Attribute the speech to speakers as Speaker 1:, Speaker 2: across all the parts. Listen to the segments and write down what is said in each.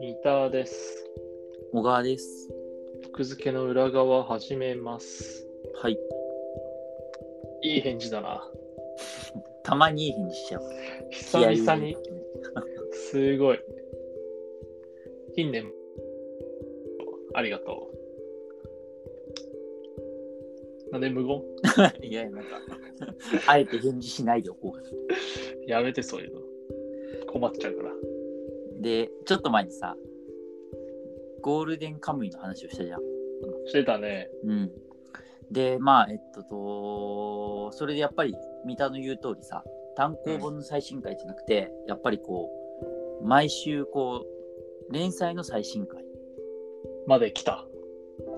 Speaker 1: 三田です。
Speaker 2: 小川です。
Speaker 1: 奥付けの裏側始めます。
Speaker 2: はい。
Speaker 1: いい返事だな。
Speaker 2: たまにいい返事しちゃう。
Speaker 1: 久々
Speaker 2: 気合い
Speaker 1: に
Speaker 2: を、入れてね
Speaker 1: すごい。近年、ありがとう。なんで無言
Speaker 2: いや、なんか、あえて返事しないでおこうかな
Speaker 1: やめてそういうの。困っちゃうから。
Speaker 2: で、ちょっと前にさ、ゴールデンカムイの話をしたじゃん。
Speaker 1: してたね。
Speaker 2: うん。で、まあ、えっとと、それでやっぱり、三田の言う通りさ、単行本の最新回じゃなくて、やっぱりこう、毎週こう、連載の最新回
Speaker 1: まで来た。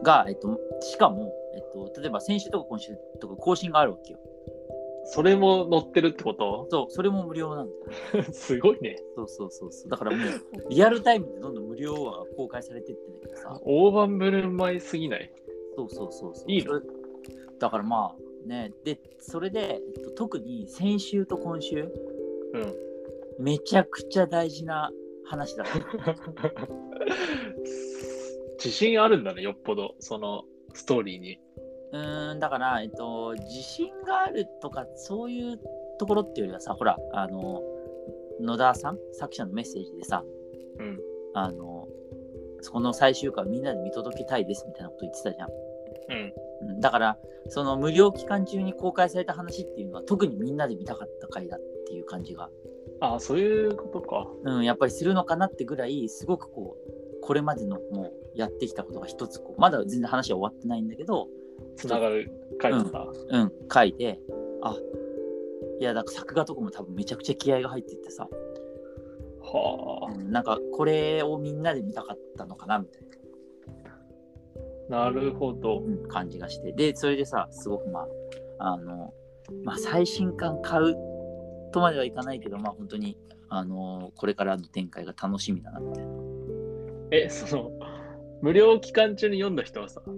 Speaker 2: が、えっと、しかも、えっと、例えば先週とか今週とか更新があるわけよ。
Speaker 1: それも乗ってるってこと
Speaker 2: そう、それも無料なんだよ。
Speaker 1: すごいね。
Speaker 2: そうそうそうそう。だからもう、リアルタイムでどんどん無料話が公開されてってんだけどさ。
Speaker 1: 大盤振る舞いすぎない。
Speaker 2: そうそうそうそう。
Speaker 1: いいの
Speaker 2: だからまあ、ね。で、それで、えっと、特に先週と今
Speaker 1: う
Speaker 2: 週、
Speaker 1: ん。
Speaker 2: めちゃくちゃ大事な話 だった。
Speaker 1: 自信あるんだね、よっぽど、そのストーリーに。
Speaker 2: うーん、だから、えっと、自信があるとか、そういうところっていうよりはさ、ほら、あの、野田さん、作者のメッセージでさ、
Speaker 1: うん。
Speaker 2: あの、そこの最終回をみんなで見届けたいですみたいなこと言ってたじゃん。
Speaker 1: うん。
Speaker 2: うんだからその無料期間中に公開された話っていうのは特にみんなで見たかった回だっていう感じが、
Speaker 1: ああ、そういうことか。
Speaker 2: うん、やっぱりするのかなってぐらいすごくこうこれまでのもうやってきたことが一つこうまだ全然話は終わってないんだけど、
Speaker 1: つながる回だった。
Speaker 2: うん、回であいやだから作画とかも多分めちゃくちゃ気合が入ってってさ、う
Speaker 1: は
Speaker 2: んなんかこれをみんなで見たかったのかなみたいな、
Speaker 1: あ、なるほど。
Speaker 2: うん感じがしてでそれでさすごくまああの、まあ、最新刊買うとまではいかないけどまあ本当にあのこれからの展開が楽しみだなみたいな、
Speaker 1: え、その、無料期間中に読んだ人はさ、
Speaker 2: う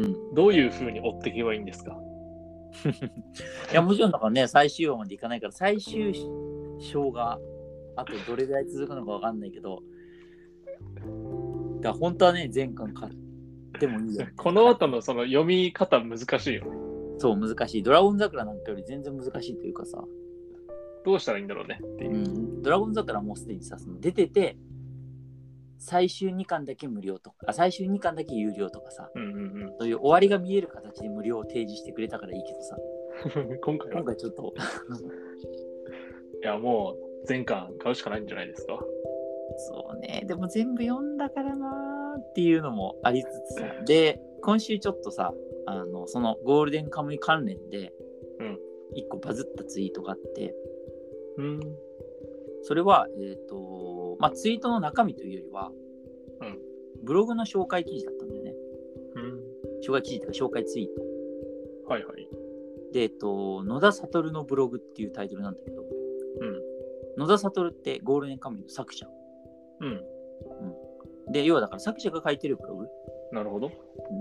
Speaker 2: ん、い
Speaker 1: どういう風に追っていけばいいんですか
Speaker 2: やもちろんだからね最終話までいかないから最終章があとどれぐらい続くのかわかんないけどだから本当はね全巻買ってもいいよ
Speaker 1: この後のその読み方難しいよね。
Speaker 2: そう難しいドラゴン桜なんかより全然難しいというかさ
Speaker 1: どうしたらいいんだろうねっていうう。
Speaker 2: ん、ドラゴン桜はもうすでにさその出てて最終2巻だけ無料とかあ最終2巻だけ有料とかさ
Speaker 1: うんうん
Speaker 2: そういう終わりが見える形で無料を提示してくれたからいいけどさ
Speaker 1: うん。今回は、
Speaker 2: 今
Speaker 1: い
Speaker 2: 回ちょっと
Speaker 1: やもう、全巻買うしかないんじゃないですか。
Speaker 2: そうねでも全部読んだからなーっていうのもありつつさで今週ちょっとさあのそのゴールデンカムイ関連で
Speaker 1: うん
Speaker 2: 1個バズったツイートがあって
Speaker 1: うん。
Speaker 2: それは、えっとまあ、ツイートの中身というよりは、
Speaker 1: うん
Speaker 2: ブログの紹介記事だったんだよね
Speaker 1: うん。
Speaker 2: 紹介記事というか紹介ツイート
Speaker 1: はいはい。
Speaker 2: で、えっと、野田悟のブログっていうタイトルなんだけど、
Speaker 1: うん。
Speaker 2: 野田悟ってゴールデンカムイの作者。
Speaker 1: うん。
Speaker 2: で、要はだから作者が書いてるブログ。
Speaker 1: なるほど。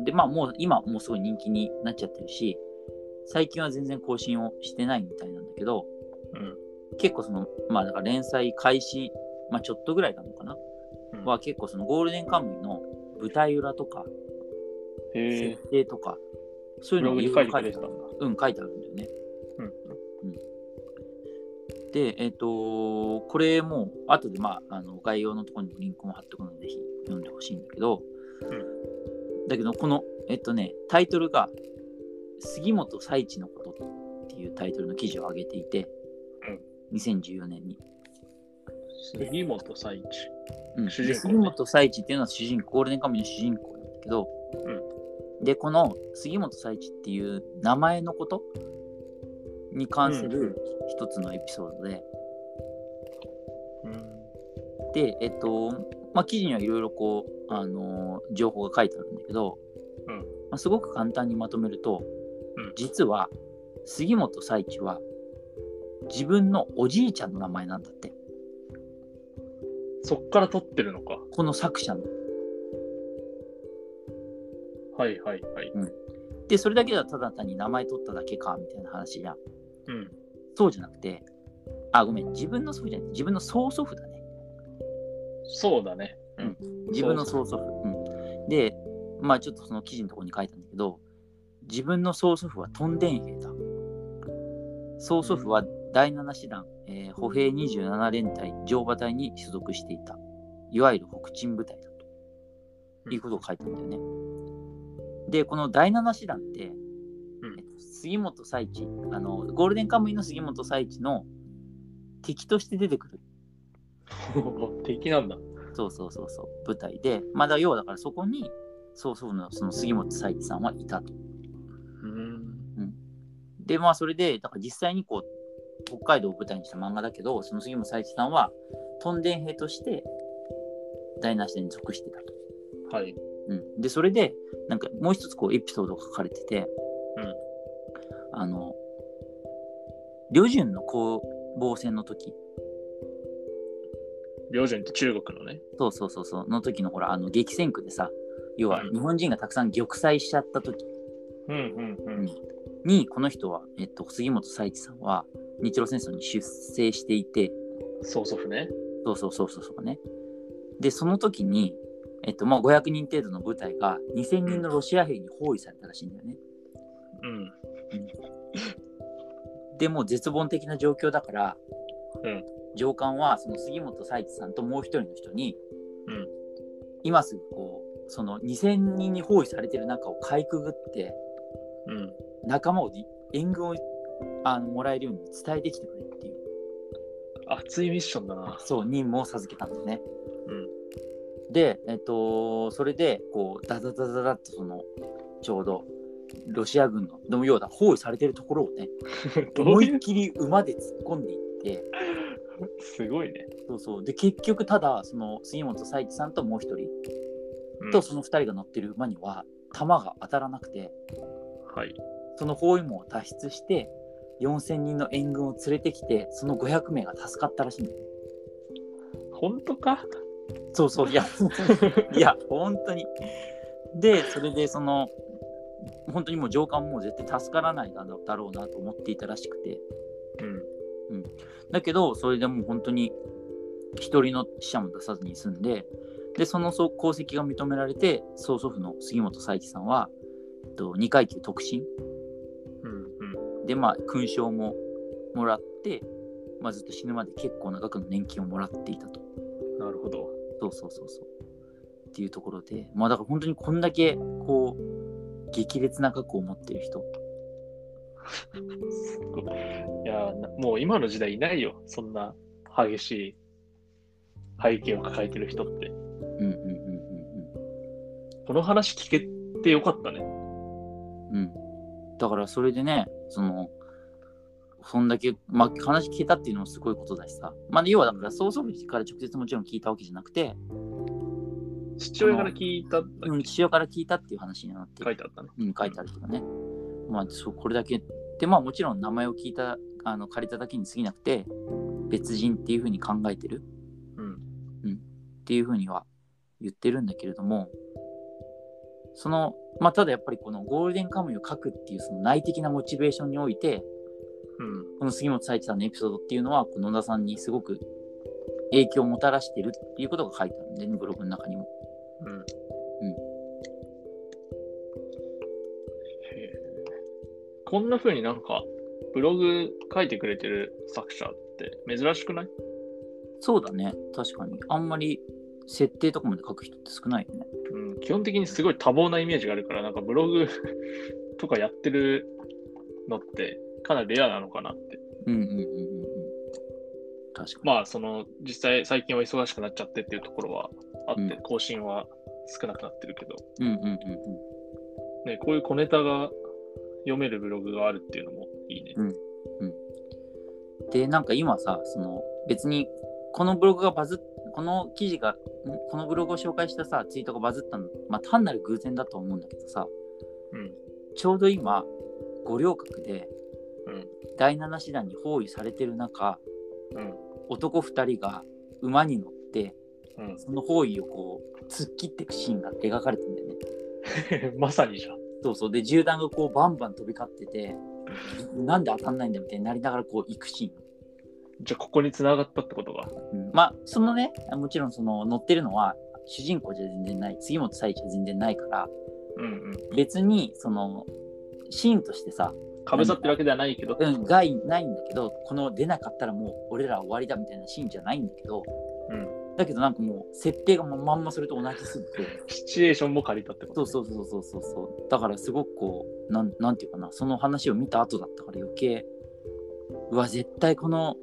Speaker 2: で、まあもう今もうすごい人気になっちゃってるし、最近は全然更新をしてないみたいなんだけど、
Speaker 1: うん。
Speaker 2: 結構その、まあだから連載開始、まあちょっとぐらいなのかな、
Speaker 1: うん
Speaker 2: は結構そのゴールデンカムイの舞台裏とか、
Speaker 1: へえ。
Speaker 2: 設定とか、そうい
Speaker 1: ブ
Speaker 2: う
Speaker 1: ロ
Speaker 2: のを
Speaker 1: グに
Speaker 2: ろ
Speaker 1: 書いて
Speaker 2: ろ
Speaker 1: くれてたんだ。
Speaker 2: うん、書いてあるんだよね。
Speaker 1: うん。
Speaker 2: で、えっ、と、これも、後で、まあ、あの概要のところにもリンクも貼っておくので、ぜひ読んでほしいんだけど、だけど、この、えっとね、タイトルが、杉本彩地のことっていうタイトルの記事を上げていて、2014年に。
Speaker 1: 杉本最一。
Speaker 2: うん、
Speaker 1: 主人公ね
Speaker 2: 杉本彩地っていうのは主人公、ゴールデンカムイの主人公なんだけど、で、この杉本彩地っていう名前のことに関する一つのエピソードで、
Speaker 1: うん。
Speaker 2: で、えっと、まあ、記事にはいろいろこう、あのー情報が書いてあるんだけど、
Speaker 1: うん
Speaker 2: まあ、すごく簡単にまとめると、
Speaker 1: うん
Speaker 2: 実は杉本彩地は自分のおじいちゃんの名前なんだって、
Speaker 1: そっから撮ってるのか。
Speaker 2: この作者の。
Speaker 1: はいはいはい。
Speaker 2: で、それだけではただ単に名前取っただけかみたいな話じゃん。
Speaker 1: うん。
Speaker 2: そうじゃなくて、あ、ごめん、自分の祖父じゃない、自分の曽祖父だね。
Speaker 1: そうだね。うん。
Speaker 2: 自分の曽祖父。うん、で、まあちょっとその記事のところに書いたんだけど、自分の曽祖父はトンデン兵だ。曽祖父は第7師団、えー歩兵27連隊乗馬隊に所属していた。いわゆる北鎮部隊だと。いうことを書いたんだよね。で、この第7師団って、
Speaker 1: ん
Speaker 2: えっと杉本佐一あの、ゴールデンカムイの杉本佐一の敵として出てくる。
Speaker 1: 敵なんだ。
Speaker 2: そうそうそうそう、舞台で、まあだ要はだからそこに、そうそうのその杉本佐一さんはいたと。
Speaker 1: うん。
Speaker 2: で、まあそれで、だから実際にこう、北海道を舞台にした漫画だけど、その杉本佐一さんは、トンデン兵として、台無しに属してたと。
Speaker 1: はい。
Speaker 2: うん、で、それで、なんかもう一つこう、エピソードが書かれてて、
Speaker 1: うん
Speaker 2: あの、旅順の攻防戦の時、
Speaker 1: 領順って中国のね。
Speaker 2: そうそうそうそう、の時のほら、あの激戦区でさ、要は
Speaker 1: うん
Speaker 2: 日本人がたくさん玉砕しちゃった時
Speaker 1: うんうんうん。
Speaker 2: にこの人は、えっと、杉本佐一さんは日露戦争に出征していて
Speaker 1: 曽祖父ね。
Speaker 2: そうそうそうそうそうねでその時に、えっとまあ、500人程度の部隊が2000人のロシア兵に包囲されたらしいんだよね
Speaker 1: うん。
Speaker 2: でもう絶望的な状況だから、
Speaker 1: うん
Speaker 2: 上官はその杉本佐一さんともう一人の人に、
Speaker 1: うん
Speaker 2: 今すぐこうその2000人に包囲されてる中をかいくぐって
Speaker 1: うん。
Speaker 2: 仲間をり援軍をあのもらえるように伝えてきてくれっていう
Speaker 1: 熱いミッションだ な。
Speaker 2: そう任務を授けたんだよね。
Speaker 1: うん
Speaker 2: で、えっと、それでこうダダダダダッとそのちょうどロシア軍のでも要は包囲されてるところをね
Speaker 1: ど
Speaker 2: 思
Speaker 1: う
Speaker 2: い
Speaker 1: い
Speaker 2: っ
Speaker 1: う
Speaker 2: きり馬で突っ込んでいって
Speaker 1: すごいね。
Speaker 2: そうそうで結局ただその杉本佐一さんともう一人
Speaker 1: うん
Speaker 2: とその二人が乗ってる馬には弾が当たらなくて
Speaker 1: はい。
Speaker 2: その包囲網を脱出して4,000人の援軍を連れてきてその500名が助かったらしいんだよね
Speaker 1: 本当か
Speaker 2: そうそういや いや、本当に。で、それで、その、本当にもう上官も絶対助からないだろうだろうなと思っていたらしくて、
Speaker 1: うん。
Speaker 2: だけど、それでもう本当に、一人の死者も出さずに済んで、で、そのそう功績が認められて、曽祖父の杉本佐一さんは、えっと、2階級特進
Speaker 1: うんうん。
Speaker 2: で、まあ、勲章ももらって、まあ、ずっと死ぬまで結構な額の年金をもらっていたと。
Speaker 1: なるほど。
Speaker 2: そうそうそうそう。っていうところで、まあだから本当にこんだけこう、激烈な過去を持ってる人。
Speaker 1: すごい。いやー、なもう今の時代いないよ。そんな激しい背景を抱えてる人って。
Speaker 2: うんうんうん
Speaker 1: この話聞けてよかったね。
Speaker 2: うんうん。うん。だからそれでね、その、そんだけ、まあ話聞けたっていうのもすごいことだしさ。まあ要はだから曽祖父から直接もちろん聞いたわけじゃなくて、
Speaker 1: 父親から聞いたんだっ
Speaker 2: うん、
Speaker 1: け
Speaker 2: 父親から聞いたっていう話になって
Speaker 1: 書いてあったね。
Speaker 2: うん、書いてあるとかね。まあ、そうこれだけ。で、まあ、もちろん名前を聞いた、あの借りただけに過ぎなくて、別人っていうふうに考えてる。
Speaker 1: うん。
Speaker 2: うん、っていうふうには言ってるんだけれども、その、まあ、ただやっぱりこのゴールデンカムイを書くっていうその内的なモチベーションにおいて、
Speaker 1: うん。
Speaker 2: この杉本佐一さんのエピソードっていうのは、この野田さんにすごく影響をもたらしてるっていうことが書いてあるんでね、ブログの中にも。
Speaker 1: うん。
Speaker 2: うん
Speaker 1: へえこんな風になんか、ブログ書いてくれてる作者って珍しくない
Speaker 2: そうだね、確かに。あんまり設定とかまで書く人って少ないよね。
Speaker 1: うん、基本的にすごい多忙なイメージがあるから、なんかブログ とかやってるのってかなりレアなのかなって。
Speaker 2: うんうんうんうんうん。確かに。
Speaker 1: まあ、その実際最近は忙しくなっちゃってっていうところはあって、
Speaker 2: うん
Speaker 1: 更新は少なくなってるけど、
Speaker 2: うんうんうん
Speaker 1: ね、こういう小ネタが読めるブログがあるっていうのもいいね。
Speaker 2: うん。で、なんか今さ、その別にこのブログがバズっ、この記事が、んこのブログを紹介したさ、ツイートがバズったの、まあ単なる偶然だと思うんだけどさ、
Speaker 1: うん。
Speaker 2: ちょうど今、五稜郭で
Speaker 1: うん。
Speaker 2: 第7師団に包囲されてる中、
Speaker 1: うん。
Speaker 2: 男2人が馬に乗って、
Speaker 1: うん
Speaker 2: その包囲をこう、突っ切っていくシーンが描かれてんだよね。
Speaker 1: まさにじゃん。
Speaker 2: そうそう。で、銃弾がこう、バンバン飛び交ってて、なんで当たんないんだみたいになりながらこう、行くシーン。
Speaker 1: じゃあここに繋がったってことが。
Speaker 2: うんまあそのねもちろんその乗ってるのは主人公じゃ全然ない杉本沙一じゃ全然ないから
Speaker 1: うんうん。
Speaker 2: 別にそのシーンとしてさ、
Speaker 1: かぶさってるわけではないけど。
Speaker 2: うん、害ないんだけどこの出なかったらもう俺ら終わりだみたいなシーンじゃないんだけど
Speaker 1: うん。
Speaker 2: だけどなんかもう設定がもうまんまそれと同じすぎて
Speaker 1: シチュエーションも借りたってこと
Speaker 2: そうそうそうそうそうそうだからすごくこうなんなんていうかなその話を見た後だったから余計うわ絶対この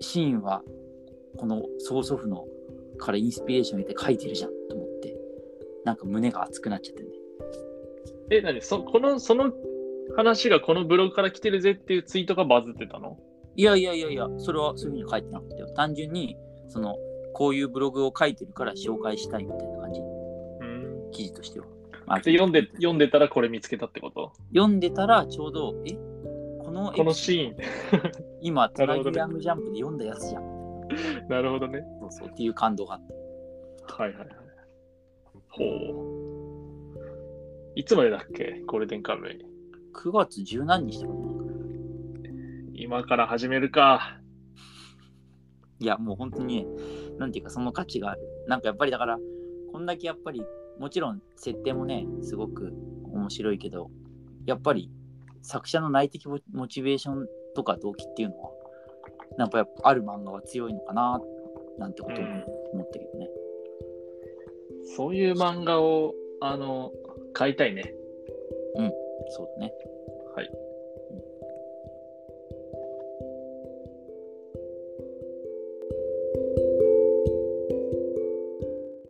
Speaker 2: シーンはこの曽祖父のからインスピレーションを得て書いてるじゃんと思ってなんか胸が熱くなっちゃってね
Speaker 1: え、何そこの、その話がこのブログから来てるぜっていうツイートがバズってたの
Speaker 2: いやいやいやいや、それはそういうふうに書いてなくてよ。単純に、その、こういうブログを書いてるから紹介したいみたいな感じ、
Speaker 1: うん。
Speaker 2: 記事としては。まあ
Speaker 1: で、読んで、読んでたらこれ見つけたってこと
Speaker 2: 読んでたら、ちょうど、えこの
Speaker 1: このシ
Speaker 2: 今、トラ
Speaker 1: なるほど
Speaker 2: イ
Speaker 1: ね
Speaker 2: アングルジャンプで読んだやつじゃん。
Speaker 1: ー ン。なるほどね。
Speaker 2: そうそう、っていう感動があって。
Speaker 1: はいはいはい。ほう。いつまでだっけゴールデンカムイ。
Speaker 2: 9月十何日とかね
Speaker 1: 今から始めるか。
Speaker 2: いや、もう本当にね、なんていうか、その価値がある。なんかやっぱりだから、こんだけやっぱり、もちろん設定もね、すごく面白いけど、やっぱり作者の内的モモチベーションとか動機っていうのは、なんかやっぱある漫画は強いのかな、なんてことを
Speaker 1: うん
Speaker 2: 思ったけどね。
Speaker 1: そういう漫画を、あの、買いたいね。
Speaker 2: そうだね。
Speaker 1: はい。